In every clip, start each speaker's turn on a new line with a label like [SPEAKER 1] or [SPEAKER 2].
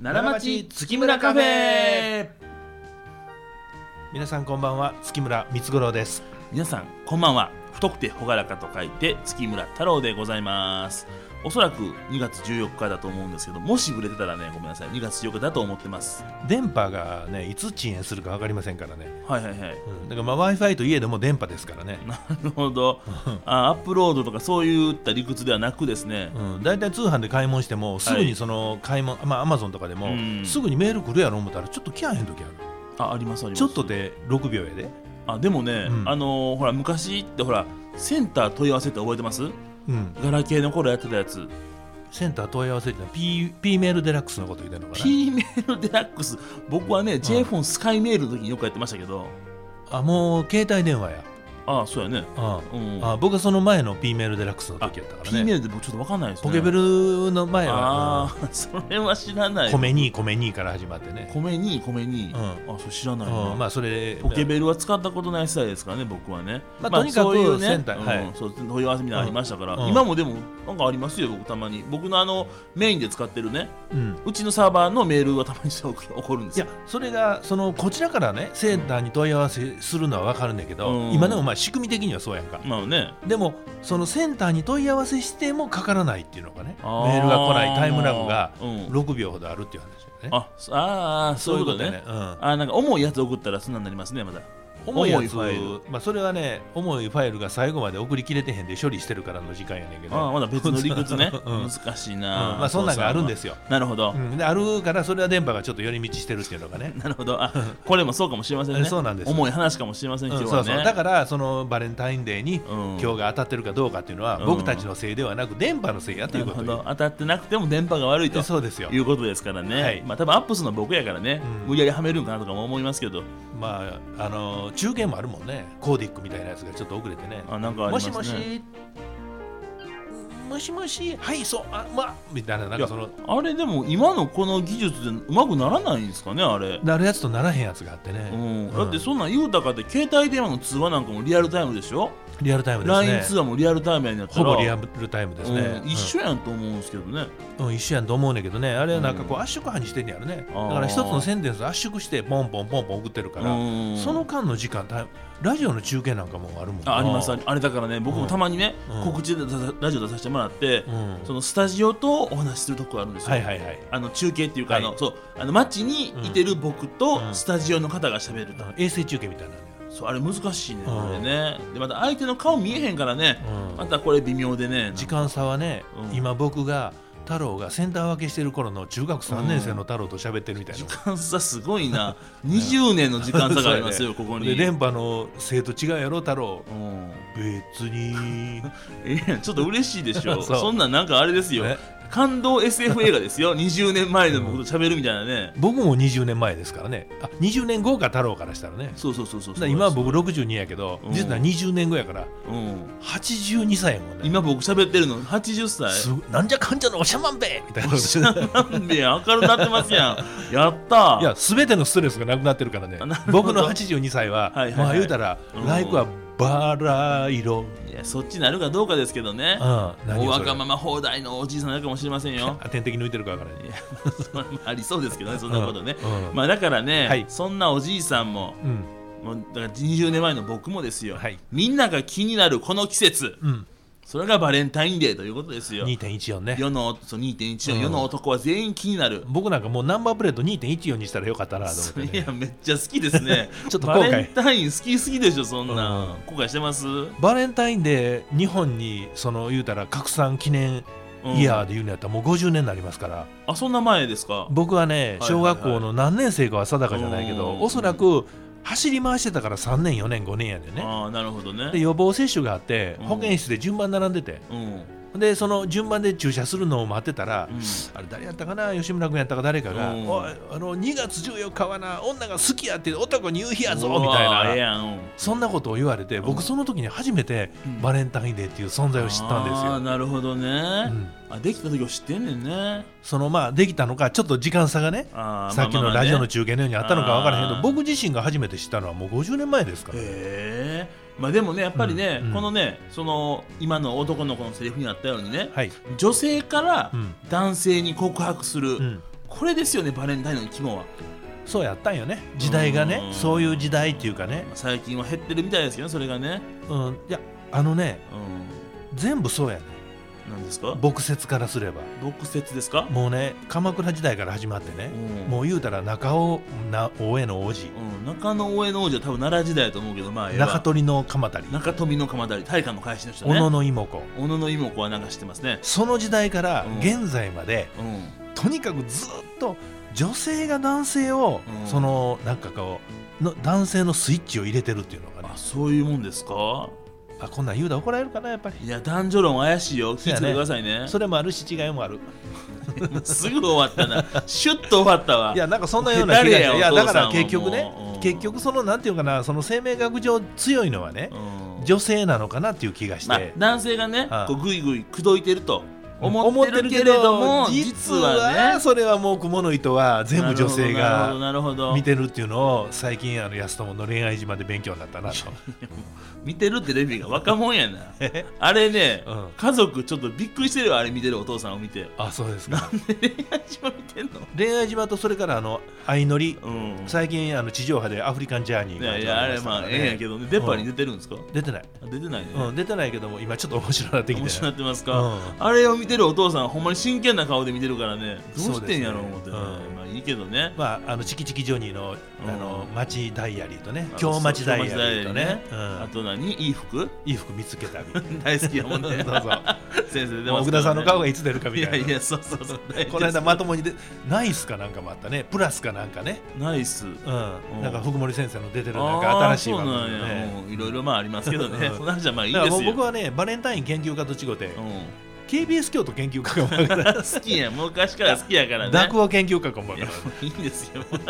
[SPEAKER 1] 奈良町月村カフェ
[SPEAKER 2] 皆さんこんばんは月村光五郎です
[SPEAKER 1] 皆さんこんばんは太くて朗らかと書いて月村太郎でございますおそらく2月14日だと思うんですけどもしぶれてたらねごめんなさい2月14日だと思ってます
[SPEAKER 2] 電波がねいつ遅延するか分かりませんからね、
[SPEAKER 1] はいはいはい
[SPEAKER 2] うん、だからまあ w i f i といえども電波ですからね、
[SPEAKER 1] なるほどあアップロードとかそういった理屈ではなくですね
[SPEAKER 2] うん、だいたい通販で買い物してもすぐにその買い物、まあ Amazon とかでも、
[SPEAKER 1] うん
[SPEAKER 2] すぐにメール来るやろ思ったらちょっと来やへん時ある
[SPEAKER 1] あありますあります
[SPEAKER 2] ちょっとで6秒やで
[SPEAKER 1] あでもね、
[SPEAKER 2] うん
[SPEAKER 1] あのーほら昔ってほらセンター問い合わせって覚えてます
[SPEAKER 2] うん、
[SPEAKER 1] ガラケーの頃やってたやつ
[SPEAKER 2] センター問い合わせってのは P, P メールデラックスのこと言ってるのかな
[SPEAKER 1] P メールデラックス僕はね j フォンスカイメールの時によくやってましたけど
[SPEAKER 2] あもう携帯電話や、
[SPEAKER 1] ああそうやね
[SPEAKER 2] うん
[SPEAKER 1] うん
[SPEAKER 2] あ僕はその前の P メールデラックスの
[SPEAKER 1] あ
[SPEAKER 2] 時やったから
[SPEAKER 1] P メ
[SPEAKER 2] ね
[SPEAKER 1] ールで僕ちょっと分かんないですね
[SPEAKER 2] ポケベルの前
[SPEAKER 1] あ
[SPEAKER 2] は、
[SPEAKER 1] あ それは知らな
[SPEAKER 2] うん
[SPEAKER 1] い
[SPEAKER 2] 米に米にから始まってね
[SPEAKER 1] 米に米に、
[SPEAKER 2] う
[SPEAKER 1] あそれ知らないな、
[SPEAKER 2] うん、まあそれ
[SPEAKER 1] ポケベルは使ったことない世代ですからね、僕はね。
[SPEAKER 2] まあとにかく
[SPEAKER 1] そういう
[SPEAKER 2] センター
[SPEAKER 1] うん
[SPEAKER 2] はい
[SPEAKER 1] そう問い合わせみたいなのありましたから、
[SPEAKER 2] うんうん
[SPEAKER 1] 今もでも、なんかありますよ、僕たまに。僕のあの、メインで使ってるね、
[SPEAKER 2] うん
[SPEAKER 1] うちのサーバーのメールがたまにそう起こるんで
[SPEAKER 2] い
[SPEAKER 1] すよ
[SPEAKER 2] や。それがそのこちらからねセンターに問い合わせするのは分かるんだけど、
[SPEAKER 1] うん
[SPEAKER 2] 今でもまあ仕組み的にはそうやんか、
[SPEAKER 1] まあね。
[SPEAKER 2] でもそのセンターに問い合わせしてもかからないっていうのがね
[SPEAKER 1] あ
[SPEAKER 2] メ
[SPEAKER 1] ー
[SPEAKER 2] ールが来ないタイムラグが
[SPEAKER 1] うん
[SPEAKER 2] 6秒ほどあるっていう話だよね、
[SPEAKER 1] あそあー、そういうことね。
[SPEAKER 2] そういうことねうん
[SPEAKER 1] あーなんか重いやつ送ったらそんなんなりますね、まだ。
[SPEAKER 2] 重いやつ
[SPEAKER 1] 重いファイ
[SPEAKER 2] まあ、それはね重いファイルが最後まで送りきれてへんで処理してるからの時間やねんけど。
[SPEAKER 1] あーまだ別の理屈ね
[SPEAKER 2] うんうん
[SPEAKER 1] 難しいな、。
[SPEAKER 2] まあ、そんなんがあるんですすよ、
[SPEAKER 1] なるほど
[SPEAKER 2] う。ん、であるからそれは電波がちょっと寄り道してるっていうのがね
[SPEAKER 1] なるほど。あ、これもそうかもしれませんね。
[SPEAKER 2] そうなんです
[SPEAKER 1] 重い話かもしれません、
[SPEAKER 2] う
[SPEAKER 1] 今
[SPEAKER 2] ん
[SPEAKER 1] 日
[SPEAKER 2] そ
[SPEAKER 1] は
[SPEAKER 2] う
[SPEAKER 1] ね。
[SPEAKER 2] そうだからそのバレンタインデーに
[SPEAKER 1] うん
[SPEAKER 2] 今日が当たってるかどうかっていうのは
[SPEAKER 1] うん
[SPEAKER 2] 僕たちのせいではなく電波のせいやという
[SPEAKER 1] なる
[SPEAKER 2] こ
[SPEAKER 1] ほ
[SPEAKER 2] と
[SPEAKER 1] ど当たってなくても電波が悪いと
[SPEAKER 2] でそうですよ
[SPEAKER 1] いうことですからね、
[SPEAKER 2] はい
[SPEAKER 1] まあ多分アップスの僕やからね、
[SPEAKER 2] うん
[SPEAKER 1] 無理やりはめるんかなとかも思いますけど
[SPEAKER 2] まああのー中継もあるもんねコーディックみたいなやつがちょっと遅れてね
[SPEAKER 1] あなんかありま
[SPEAKER 2] も
[SPEAKER 1] す
[SPEAKER 2] し
[SPEAKER 1] ね
[SPEAKER 2] もしもしもしはいそうあまあみたいななん
[SPEAKER 1] いや
[SPEAKER 2] かその
[SPEAKER 1] あれでも今のこの技術でうまくならないんですかねあれ、
[SPEAKER 2] なるやつとならへんやつがあってね、
[SPEAKER 1] うん
[SPEAKER 2] うん
[SPEAKER 1] だってそんなん言うたかって携帯電話の通話なんかもリアルタイムでしょ、
[SPEAKER 2] リアルタイムですね
[SPEAKER 1] LINE 通話もリアルタイムやんやった
[SPEAKER 2] ほ
[SPEAKER 1] ら
[SPEAKER 2] ぼリアルタイムですね、
[SPEAKER 1] うん一緒やんと思うんですけどね、
[SPEAKER 2] うん、うん一緒やんと思うねんだけどねあれはなんかこ
[SPEAKER 1] う
[SPEAKER 2] う圧縮派にしてんねやろね、
[SPEAKER 1] あー
[SPEAKER 2] だから一つのセンテンス圧縮してポンポンポンポン送ってるから、
[SPEAKER 1] うん
[SPEAKER 2] その間の時間タイムラジオの中継なんかもあるもんな
[SPEAKER 1] あありますありあれだからね僕もたまにね、
[SPEAKER 2] うん
[SPEAKER 1] 告知で出さラジオ出させてもらって、
[SPEAKER 2] うん、
[SPEAKER 1] そのスタジオとお話しするとこがあるんですよ、
[SPEAKER 2] はいはいはい
[SPEAKER 1] あの中継っていうか、
[SPEAKER 2] はい
[SPEAKER 1] あのそうあの街にいてる僕と
[SPEAKER 2] うん
[SPEAKER 1] スタジオの方が喋ると、
[SPEAKER 2] 衛星中継みたいなのよ
[SPEAKER 1] そうあれ難しいね、
[SPEAKER 2] うん
[SPEAKER 1] あれねでまた相手の顔見えへんからね、
[SPEAKER 2] うん
[SPEAKER 1] またこれ微妙でね
[SPEAKER 2] 時間差はね、
[SPEAKER 1] うん
[SPEAKER 2] 今僕が太郎がセンター分けしてる頃の中学3年生の太郎と喋ってるみたいな
[SPEAKER 1] 時、間差すごいな20年の時間差があり ますよ、ここに
[SPEAKER 2] で電波の生徒違うやろ太郎
[SPEAKER 1] うん
[SPEAKER 2] 別 に
[SPEAKER 1] ええやんちょっと嬉しいでしょ
[SPEAKER 2] そう
[SPEAKER 1] そんなんなんかあれですよ
[SPEAKER 2] ね
[SPEAKER 1] 感動 SF 映画ですよ20年前の僕と喋るみたいなね、
[SPEAKER 2] 僕も20年前ですからねあ20年後か太郎からしたらね
[SPEAKER 1] そうそうそうそう
[SPEAKER 2] だから今は僕62やけど、
[SPEAKER 1] うん
[SPEAKER 2] 実は20年後やから
[SPEAKER 1] うん、
[SPEAKER 2] 82歳やもんね
[SPEAKER 1] 今僕喋ってるの80歳
[SPEAKER 2] すごなんじゃかんじゃのおしゃまんべみたいな
[SPEAKER 1] なんでや明るなってますや んやった
[SPEAKER 2] いや全てのストレスがなくなってるからね
[SPEAKER 1] あなるほど
[SPEAKER 2] 僕の82歳は
[SPEAKER 1] はいはいはい
[SPEAKER 2] まあ言うたら、
[SPEAKER 1] うん
[SPEAKER 2] ライクはバラ色、
[SPEAKER 1] いやそっちなるかどうかですけどね
[SPEAKER 2] うん、
[SPEAKER 1] お
[SPEAKER 2] をそれ
[SPEAKER 1] わがまま放題のおじいさんになるかもしれませんよ
[SPEAKER 2] あ天敵抜いてるか分からない
[SPEAKER 1] いやそんなありそうですけどねそんなことね、
[SPEAKER 2] うんうん
[SPEAKER 1] まあだからね、
[SPEAKER 2] はい
[SPEAKER 1] そんなおじいさんも
[SPEAKER 2] うん
[SPEAKER 1] もうだから20年前の僕もですよ、
[SPEAKER 2] はい
[SPEAKER 1] みんなが気になるこの季節
[SPEAKER 2] うん
[SPEAKER 1] それがバレンタインデーということですよ
[SPEAKER 2] 2.14ね
[SPEAKER 1] 世のそう2.14、
[SPEAKER 2] うん
[SPEAKER 1] 世の男は全員気になる
[SPEAKER 2] 僕なんかもうナンバープレート2.14にしたらよかったなと思っ
[SPEAKER 1] そ
[SPEAKER 2] て、
[SPEAKER 1] れい
[SPEAKER 2] ね、
[SPEAKER 1] やめっちゃ好きですね
[SPEAKER 2] ちょっと後
[SPEAKER 1] バ
[SPEAKER 2] 悔
[SPEAKER 1] レンタイン好きすぎでしょそんな、
[SPEAKER 2] うん
[SPEAKER 1] 後悔してます、う
[SPEAKER 2] バレンタインで日本にその言うたら拡散記念
[SPEAKER 1] ん
[SPEAKER 2] イヤーで言うのやったらもう50年になりますから、
[SPEAKER 1] あそんな前ですか
[SPEAKER 2] 僕はね
[SPEAKER 1] はいはいはい
[SPEAKER 2] 小学校の何年生かは定かじゃないけど、
[SPEAKER 1] うん
[SPEAKER 2] おそらく走り回してたから3年4年5年やでね
[SPEAKER 1] ああなるほどね
[SPEAKER 2] で予防接種があって
[SPEAKER 1] うん
[SPEAKER 2] 保健室で順番並んでて、
[SPEAKER 1] うん
[SPEAKER 2] でその順番で注射するのを待ってたら、
[SPEAKER 1] うん
[SPEAKER 2] あれ誰やったかな吉村君やったか誰かが「
[SPEAKER 1] うん
[SPEAKER 2] おいあの2月14日はな女が好きやって男に言う日やぞ」みた
[SPEAKER 1] うわー
[SPEAKER 2] い
[SPEAKER 1] ええ
[SPEAKER 2] な。
[SPEAKER 1] やんうん
[SPEAKER 2] そんなことを言われて
[SPEAKER 1] う
[SPEAKER 2] 僕
[SPEAKER 1] ん
[SPEAKER 2] その時に初めて
[SPEAKER 1] うん
[SPEAKER 2] バレンタインデーっていう存在を知ったんです
[SPEAKER 1] あー
[SPEAKER 2] よ。
[SPEAKER 1] なるほどね、
[SPEAKER 2] うん
[SPEAKER 1] あできた時を知ってんねんね
[SPEAKER 2] そのまあできたのかちょっと時間差がね
[SPEAKER 1] あー
[SPEAKER 2] さっき
[SPEAKER 1] まあま
[SPEAKER 2] の
[SPEAKER 1] あまあ
[SPEAKER 2] ラ
[SPEAKER 1] ね
[SPEAKER 2] ジオの中継のようにあったのか分からへんけ
[SPEAKER 1] あ
[SPEAKER 2] ど
[SPEAKER 1] ー
[SPEAKER 2] 僕自身が初めて知ったのはもう50年前ですから。
[SPEAKER 1] へえまあでもねやっぱりね、
[SPEAKER 2] うんうん
[SPEAKER 1] このねその今の男の子のセリフにあったようにね、
[SPEAKER 2] はい、
[SPEAKER 1] 女性から
[SPEAKER 2] うん
[SPEAKER 1] 男性に告白する、
[SPEAKER 2] うん
[SPEAKER 1] これですよねバレンタインの肝は、ま
[SPEAKER 2] そうやったんよね時代がね
[SPEAKER 1] うん
[SPEAKER 2] そういう時代っていうかね
[SPEAKER 1] あ最近は減ってるみたいですけどねそれがね
[SPEAKER 2] うんいやあのね
[SPEAKER 1] う
[SPEAKER 2] 全部そうやね
[SPEAKER 1] んなんですか
[SPEAKER 2] 牧説からすれば
[SPEAKER 1] 毒説ですか
[SPEAKER 2] もうね鎌倉時代から始まってね
[SPEAKER 1] うん
[SPEAKER 2] もう言うたら中尾な大江の王子
[SPEAKER 1] うん、中野大江の王子は多分奈良時代だと思うけどまあええわ
[SPEAKER 2] 中取の鎌足り
[SPEAKER 1] 中富の鎌足り大化の開始の人
[SPEAKER 2] 小
[SPEAKER 1] ね
[SPEAKER 2] 野の妹子
[SPEAKER 1] 小野の妹子はなんか知ってますね
[SPEAKER 2] その時代から
[SPEAKER 1] うん
[SPEAKER 2] 現在まで
[SPEAKER 1] うん
[SPEAKER 2] とにかくずっと女性が男性を
[SPEAKER 1] うん
[SPEAKER 2] そのなんかこうの男性のスイッチを入れてるっていうのがね
[SPEAKER 1] あそういうもんですか
[SPEAKER 2] あこんなん言うたら怒られるかなやっぱり
[SPEAKER 1] いや男女論怪しいよ気
[SPEAKER 2] そう
[SPEAKER 1] をつ
[SPEAKER 2] や
[SPEAKER 1] け
[SPEAKER 2] ね
[SPEAKER 1] てくださいね
[SPEAKER 2] それもあるし違いもある
[SPEAKER 1] すぐ終わったなシュッと終わったわ
[SPEAKER 2] いやなんかそんなような気が
[SPEAKER 1] 誰や
[SPEAKER 2] いや
[SPEAKER 1] お父
[SPEAKER 2] だ
[SPEAKER 1] さ
[SPEAKER 2] か
[SPEAKER 1] んは
[SPEAKER 2] ら結局ね
[SPEAKER 1] もううん
[SPEAKER 2] 結局そのなんていうかなその生命学上強いのはね
[SPEAKER 1] うん
[SPEAKER 2] 女性なのかなっていう気がし
[SPEAKER 1] まあ
[SPEAKER 2] て、
[SPEAKER 1] 男性がね
[SPEAKER 2] ああ
[SPEAKER 1] こうグイグイ口説いてると思ってるけれども
[SPEAKER 2] 思ってるけど
[SPEAKER 1] 実はね
[SPEAKER 2] それはもう蜘蛛の糸は全部女性が
[SPEAKER 1] なるほどなるほど
[SPEAKER 2] 見てるっていうのを最近あの安友の恋愛島で勉強になったなと、
[SPEAKER 1] 見てるテレビが若者やなあれ ね
[SPEAKER 2] うん、
[SPEAKER 1] 家族ちょっとびっくりしてるよあれ見てるお父さんを見て
[SPEAKER 2] あそうですか
[SPEAKER 1] で恋愛島見てんの
[SPEAKER 2] 恋愛島とそれからあの相乗り
[SPEAKER 1] うん
[SPEAKER 2] 最近あの地上波でアフリカンジャーニー
[SPEAKER 1] い
[SPEAKER 2] が
[SPEAKER 1] やい
[SPEAKER 2] 始
[SPEAKER 1] や
[SPEAKER 2] ま
[SPEAKER 1] あれ
[SPEAKER 2] りましたか
[SPEAKER 1] ま
[SPEAKER 2] ら
[SPEAKER 1] あ
[SPEAKER 2] ね
[SPEAKER 1] ええんやけどねデッパーに出てるんですか
[SPEAKER 2] 出てない、
[SPEAKER 1] あ出てないね
[SPEAKER 2] うん、出てないけども今ちょっと面白くなってきて
[SPEAKER 1] 面白くなってますか、
[SPEAKER 2] うん
[SPEAKER 1] あれを見てるお父さんほんまに真剣な顔で見てるからねどうしてんやろう思って、ね
[SPEAKER 2] そうですねうん
[SPEAKER 1] まあいいけどね
[SPEAKER 2] まあ、あのチキチキジョニーのあの
[SPEAKER 1] うん
[SPEAKER 2] 町ダイアリーとね
[SPEAKER 1] あの
[SPEAKER 2] 京町ダイアリーとね
[SPEAKER 1] そう京町
[SPEAKER 2] う
[SPEAKER 1] あ
[SPEAKER 2] ん、
[SPEAKER 1] と何いい服
[SPEAKER 2] いい服見つけたみたい
[SPEAKER 1] 大好き やもんね
[SPEAKER 2] な そうそう
[SPEAKER 1] 先生出
[SPEAKER 2] もう
[SPEAKER 1] ますから
[SPEAKER 2] 奥
[SPEAKER 1] ね
[SPEAKER 2] 田さんの顔がいつ出るかみ
[SPEAKER 1] い
[SPEAKER 2] たいな
[SPEAKER 1] やいやそうそうそう大好
[SPEAKER 2] こ
[SPEAKER 1] き
[SPEAKER 2] の
[SPEAKER 1] です
[SPEAKER 2] 間まともにでナイスかなんかもあったねプラスかなんかね、
[SPEAKER 1] ナイス
[SPEAKER 2] うん
[SPEAKER 1] うん
[SPEAKER 2] なんか福森先生の出てるなんか
[SPEAKER 1] あ
[SPEAKER 2] 新
[SPEAKER 1] ーそ
[SPEAKER 2] しい
[SPEAKER 1] う
[SPEAKER 2] 番組
[SPEAKER 1] なんや、
[SPEAKER 2] ね
[SPEAKER 1] うんいろいろまあありますけどね、
[SPEAKER 2] うん
[SPEAKER 1] そんなんじゃまあいい
[SPEAKER 2] だか
[SPEAKER 1] で
[SPEAKER 2] らも
[SPEAKER 1] す
[SPEAKER 2] う
[SPEAKER 1] よ
[SPEAKER 2] 僕はねバレンタイン研究家と違って、
[SPEAKER 1] うん
[SPEAKER 2] KBS 京都研究家かもわからん
[SPEAKER 1] 好きや昔から好きやからね
[SPEAKER 2] 落語研究家かもわ
[SPEAKER 1] い
[SPEAKER 2] か
[SPEAKER 1] やも
[SPEAKER 2] らん
[SPEAKER 1] ういいんですよ も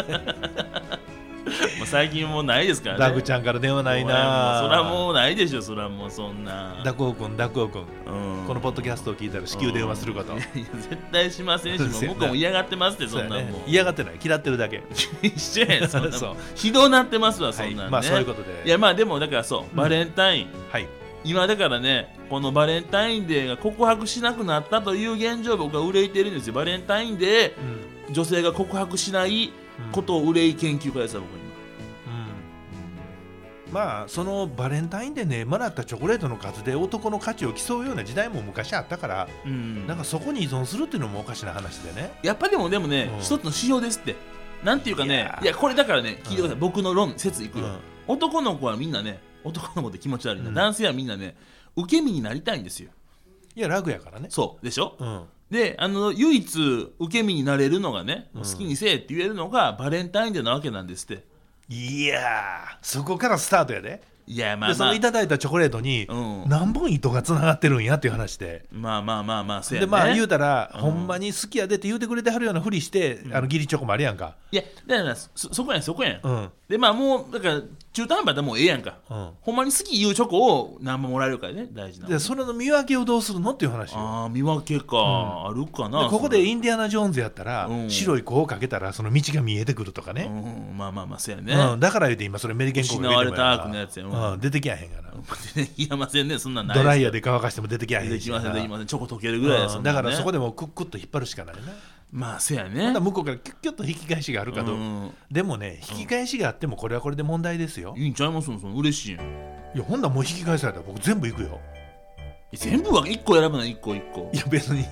[SPEAKER 1] う最近もうないですからね
[SPEAKER 2] ダクちゃんから電話ないな
[SPEAKER 1] そらもうないでしょそらもうそんな
[SPEAKER 2] ダクオ君ダクオ君
[SPEAKER 1] うん
[SPEAKER 2] このポッドキャストを聞いたら至急電話す ること、
[SPEAKER 1] いやいや絶対しませんし
[SPEAKER 2] そうですよ
[SPEAKER 1] もう僕も嫌がってますってそ
[SPEAKER 2] そうんや
[SPEAKER 1] なん
[SPEAKER 2] ね
[SPEAKER 1] もう
[SPEAKER 2] 嫌がってない嫌ってるだけ
[SPEAKER 1] 一緒やねんそんな
[SPEAKER 2] そう
[SPEAKER 1] もんひどなってますわそ
[SPEAKER 2] は
[SPEAKER 1] ん
[SPEAKER 2] い
[SPEAKER 1] なんね
[SPEAKER 2] まあそういうことで
[SPEAKER 1] いやまあでもだからそうバレンタイン
[SPEAKER 2] はい
[SPEAKER 1] 今だからねこのバレンタインデーが告白しなくなったという現状を僕は憂いてるんですよバレンタインデ
[SPEAKER 2] う
[SPEAKER 1] ー
[SPEAKER 2] ん
[SPEAKER 1] 女性が告白しない
[SPEAKER 2] うん
[SPEAKER 1] ことを憂い研究家ですわ僕今
[SPEAKER 2] うんまあそのバレンタインでねもらったチョコレートの数で男の価値を競うような時代も昔あったから、
[SPEAKER 1] うん
[SPEAKER 2] なんかそこに依存するっていうのもおかしな話でね
[SPEAKER 1] やっぱでもでもね、
[SPEAKER 2] うん
[SPEAKER 1] 一つの指標ですって。なんていうか
[SPEAKER 2] い
[SPEAKER 1] ね
[SPEAKER 2] や、ー
[SPEAKER 1] いやこれだからね、聞いてください、
[SPEAKER 2] うん
[SPEAKER 1] 僕の論説いくよ、
[SPEAKER 2] うん
[SPEAKER 1] 男の子はみんなね、男の子って気持ち悪いな、
[SPEAKER 2] うん
[SPEAKER 1] 男性はみんなね、受け身になりたいんですよ。
[SPEAKER 2] いや楽やからね
[SPEAKER 1] そうでしょ、
[SPEAKER 2] うん
[SPEAKER 1] で、あの唯一受け身になれるのがね、
[SPEAKER 2] うん
[SPEAKER 1] 好きにせえって言えるのがバレンタインデーなわけなんですって。
[SPEAKER 2] いやーそこからスタートやで,、
[SPEAKER 1] いや、まあ
[SPEAKER 2] でそ
[SPEAKER 1] まあ
[SPEAKER 2] のい、ただいたチョコレートに
[SPEAKER 1] うん
[SPEAKER 2] 何本糸がつながってるんやっていう話で。
[SPEAKER 1] まあまあまあまあ、せや
[SPEAKER 2] で
[SPEAKER 1] ね。
[SPEAKER 2] まあ言うたら、
[SPEAKER 1] うん
[SPEAKER 2] ほんまに好きやでって言うてくれてはるようなふりして、あのギリチョコもあるやんか
[SPEAKER 1] いや、だからそそこやん、そこやん。
[SPEAKER 2] うん
[SPEAKER 1] で、まあもう、だから中途半端でもうええやんか。
[SPEAKER 2] うん
[SPEAKER 1] ほんまに好き言うチョコを何ももらえるかやね、大事なのは
[SPEAKER 2] でそれの見分けをどうするのっていう話よ
[SPEAKER 1] ああ見分けか、あるかな
[SPEAKER 2] でここでインディアナ・ジョーンズやったら、
[SPEAKER 1] うん
[SPEAKER 2] 白い子をかけたらその道が見えてくるとか
[SPEAKER 1] それ
[SPEAKER 2] ね、
[SPEAKER 1] うん、まあまあまあそうやね、
[SPEAKER 2] うん、だから言うて今それメリケン
[SPEAKER 1] 失われた悪のやつやん、
[SPEAKER 2] うん、出てきやへんか ら、
[SPEAKER 1] いやませんねそんなんない
[SPEAKER 2] ドライ
[SPEAKER 1] イ
[SPEAKER 2] ヤーで乾かしても出てきやへん
[SPEAKER 1] できませんでき
[SPEAKER 2] うん
[SPEAKER 1] ませんチョコ溶けるぐらいです、
[SPEAKER 2] だからそこ
[SPEAKER 1] で
[SPEAKER 2] でもクックッと引っ張るしかないね
[SPEAKER 1] まあそうや
[SPEAKER 2] た
[SPEAKER 1] ね
[SPEAKER 2] だ向こうからキュッキュッと引き返しがあるかどうか、
[SPEAKER 1] ん、
[SPEAKER 2] でもね引き返しがあってもこれはこれで問題ですよ、
[SPEAKER 1] いいんちゃいますのその嬉しいやんい
[SPEAKER 2] いやほんならもう引き返されたら僕全部行くよ
[SPEAKER 1] や全部は1個選ぶな1個1個
[SPEAKER 2] いや別に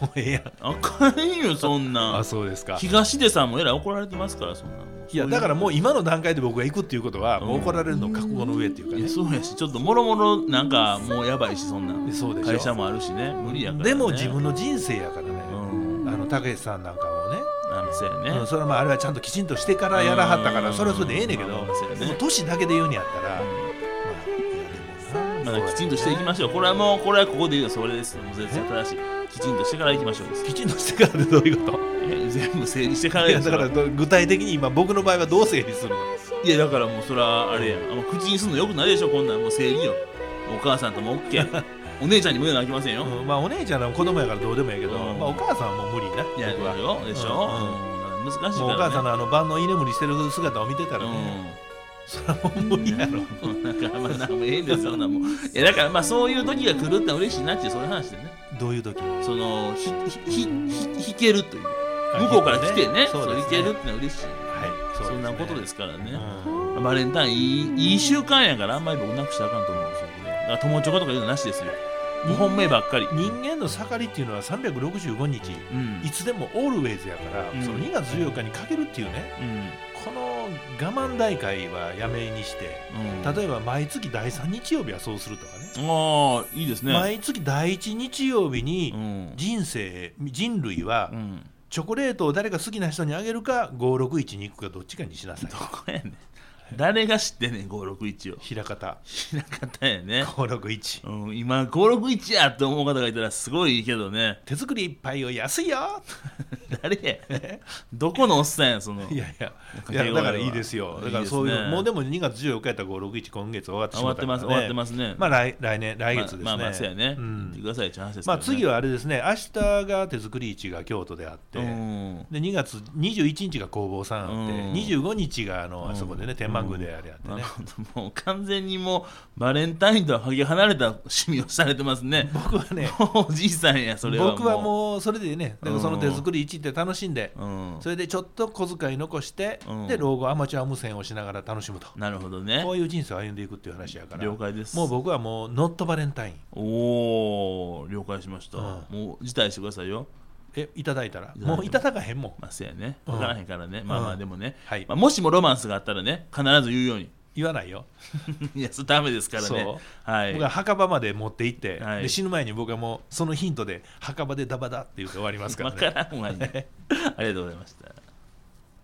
[SPEAKER 2] もうええやん
[SPEAKER 1] あかんよそんなん
[SPEAKER 2] あそうですか
[SPEAKER 1] 東出さんもえらい怒られてますからそんなん
[SPEAKER 2] いやだからもう今の段階で僕が行くっていうことは、もう怒られるの覚悟の上っていうか
[SPEAKER 1] い
[SPEAKER 2] ね
[SPEAKER 1] やそうやしちょっともろもろなんかもうやばいしそんなん
[SPEAKER 2] そうでしょ
[SPEAKER 1] 会社もあるしね無理やから、ね、
[SPEAKER 2] でも自分の人生やからね、
[SPEAKER 1] うん
[SPEAKER 2] あのたけしさんなんかもね、
[SPEAKER 1] あのそうやね、
[SPEAKER 2] うんそれはまああれはちゃんときちんとしてからやらはったか
[SPEAKER 1] うん
[SPEAKER 2] らそれはそれでええねんけど、
[SPEAKER 1] まあまあそうやね
[SPEAKER 2] でも年だけで言うんやったら、ま
[SPEAKER 1] ま
[SPEAKER 2] あ
[SPEAKER 1] だきちんとしていきましょう。これはもう、これはここで言うのそれです。もう全然正しい。きちんとしてからいきましょうです。
[SPEAKER 2] きちんとしてからでどういうこ
[SPEAKER 1] え全部整理してから
[SPEAKER 2] とい
[SPEAKER 1] で
[SPEAKER 2] や
[SPEAKER 1] す
[SPEAKER 2] だ
[SPEAKER 1] か。
[SPEAKER 2] からら
[SPEAKER 1] い
[SPEAKER 2] ど具体的に今僕の場合はどう整理するの
[SPEAKER 1] や、だからもうそれはあれやん。あの口にするのよくないでしょ、こんなん。もう整理よ。お母さんとも OK。お姉ちゃんに無理なきませんよ。
[SPEAKER 2] うんまあお姉ちゃんは子供やからどうでもいいけど、
[SPEAKER 1] うん
[SPEAKER 2] まあ、お母さんはもう無理な、
[SPEAKER 1] いや、
[SPEAKER 2] 僕は
[SPEAKER 1] よ、でしょ。うん難しいから、ね。
[SPEAKER 2] もうお母さんのあの晩の居眠りしてる姿を見てたら
[SPEAKER 1] う
[SPEAKER 2] ね、
[SPEAKER 1] ん。
[SPEAKER 2] それはもう無理やろ、
[SPEAKER 1] なんか、まあ、なんもええんですよ、そんなもん。いや、だからまあ、そういう時が来るってのは嬉しいなっていう、そういう話でね。
[SPEAKER 2] どういう時
[SPEAKER 1] その、ひ、ひ、ひ、ひ、弾けるという。
[SPEAKER 2] あ
[SPEAKER 1] 向こうから来てね
[SPEAKER 2] そ
[SPEAKER 1] そうう
[SPEAKER 2] です
[SPEAKER 1] 行
[SPEAKER 2] ね
[SPEAKER 1] けるってのは嬉しい
[SPEAKER 2] はい
[SPEAKER 1] そ,、んなことですすからね
[SPEAKER 2] ね、うん
[SPEAKER 1] バレンタインいいいい習慣やからあんまり僕なくしたらあかんと思うんですよだから友チョコとかいうのなしですよ2本目ばっかり
[SPEAKER 2] 人間の盛りっていうのは365日
[SPEAKER 1] うん
[SPEAKER 2] いつでもオールウェイズやから、
[SPEAKER 1] うん
[SPEAKER 2] その2月14日にかけるっていうね
[SPEAKER 1] うん
[SPEAKER 2] この我慢大会はやめにして
[SPEAKER 1] うん
[SPEAKER 2] 例えば毎月第3日曜日はそうするとかね
[SPEAKER 1] ああいいですね
[SPEAKER 2] 毎月第1日曜日に
[SPEAKER 1] うん
[SPEAKER 2] 人生人類は
[SPEAKER 1] うん
[SPEAKER 2] チョコレートを誰か好きな人にあげるか561に行くかどっちかにしなさい
[SPEAKER 1] どこやねん誰が知ってんねん561を
[SPEAKER 2] 平方
[SPEAKER 1] 知らんかったんやね、
[SPEAKER 2] 561
[SPEAKER 1] うん、今561やって思う方がいたらすごいいいけどね
[SPEAKER 2] 手作りいっぱいを安いよ
[SPEAKER 1] 誰やどこのおっさんやその
[SPEAKER 2] いやいや
[SPEAKER 1] か
[SPEAKER 2] い
[SPEAKER 1] 手
[SPEAKER 2] や
[SPEAKER 1] 頃
[SPEAKER 2] だからいいですよ
[SPEAKER 1] いい
[SPEAKER 2] だからそういう
[SPEAKER 1] ですね
[SPEAKER 2] もうでも2月14日やったら561今月終わってし
[SPEAKER 1] 終わ
[SPEAKER 2] まっ
[SPEAKER 1] ったてます、
[SPEAKER 2] からね
[SPEAKER 1] 終わってますね
[SPEAKER 2] まあ来来年来月ですね、
[SPEAKER 1] まあまあまあそうやね、
[SPEAKER 2] う
[SPEAKER 1] 言って
[SPEAKER 2] ん
[SPEAKER 1] くださいって話ですけど
[SPEAKER 2] ま
[SPEAKER 1] ね
[SPEAKER 2] あ次はあれですね明日が手作り市が京都であって、
[SPEAKER 1] うん
[SPEAKER 2] で2月21日が工房さんあって、
[SPEAKER 1] うん
[SPEAKER 2] 25日があの、
[SPEAKER 1] うん
[SPEAKER 2] あそこでね天満宮であれやって
[SPEAKER 1] な
[SPEAKER 2] ね
[SPEAKER 1] る、ほどもう完全にもうバレンタインとはかけ離れた趣味をされてます ね
[SPEAKER 2] 僕はね
[SPEAKER 1] もうおじいさんやそれはもう
[SPEAKER 2] 僕はもうそれでねだからその手作り市って楽しんで、
[SPEAKER 1] うん
[SPEAKER 2] それでちょっと小遣い残して、
[SPEAKER 1] うん
[SPEAKER 2] で老後アマチュア無線をしながら楽しむと、
[SPEAKER 1] なるほどね
[SPEAKER 2] こういう人生を歩んでいくっていう話やから
[SPEAKER 1] 了解です
[SPEAKER 2] もう僕はもうノットバレンタイン
[SPEAKER 1] おお了解しました、
[SPEAKER 2] うん
[SPEAKER 1] もう辞退してくださいよ
[SPEAKER 2] えいただいたら
[SPEAKER 1] いただいても
[SPEAKER 2] もういただかへんもん
[SPEAKER 1] まあせやね
[SPEAKER 2] うん
[SPEAKER 1] 分からへんからね、まあま
[SPEAKER 2] う
[SPEAKER 1] あ
[SPEAKER 2] ん
[SPEAKER 1] でもね、
[SPEAKER 2] はい
[SPEAKER 1] まあ、もしもロマンスがあったらね必ず言うように
[SPEAKER 2] 言わないよ、
[SPEAKER 1] いやそれダメですからね
[SPEAKER 2] そ
[SPEAKER 1] はい
[SPEAKER 2] 僕は墓場まで持って行って、
[SPEAKER 1] はい
[SPEAKER 2] で死ぬ前に僕 はもうそのヒントで墓場でダバダって言って終わりますから
[SPEAKER 1] 分
[SPEAKER 2] ね
[SPEAKER 1] からんわいねありがとうございました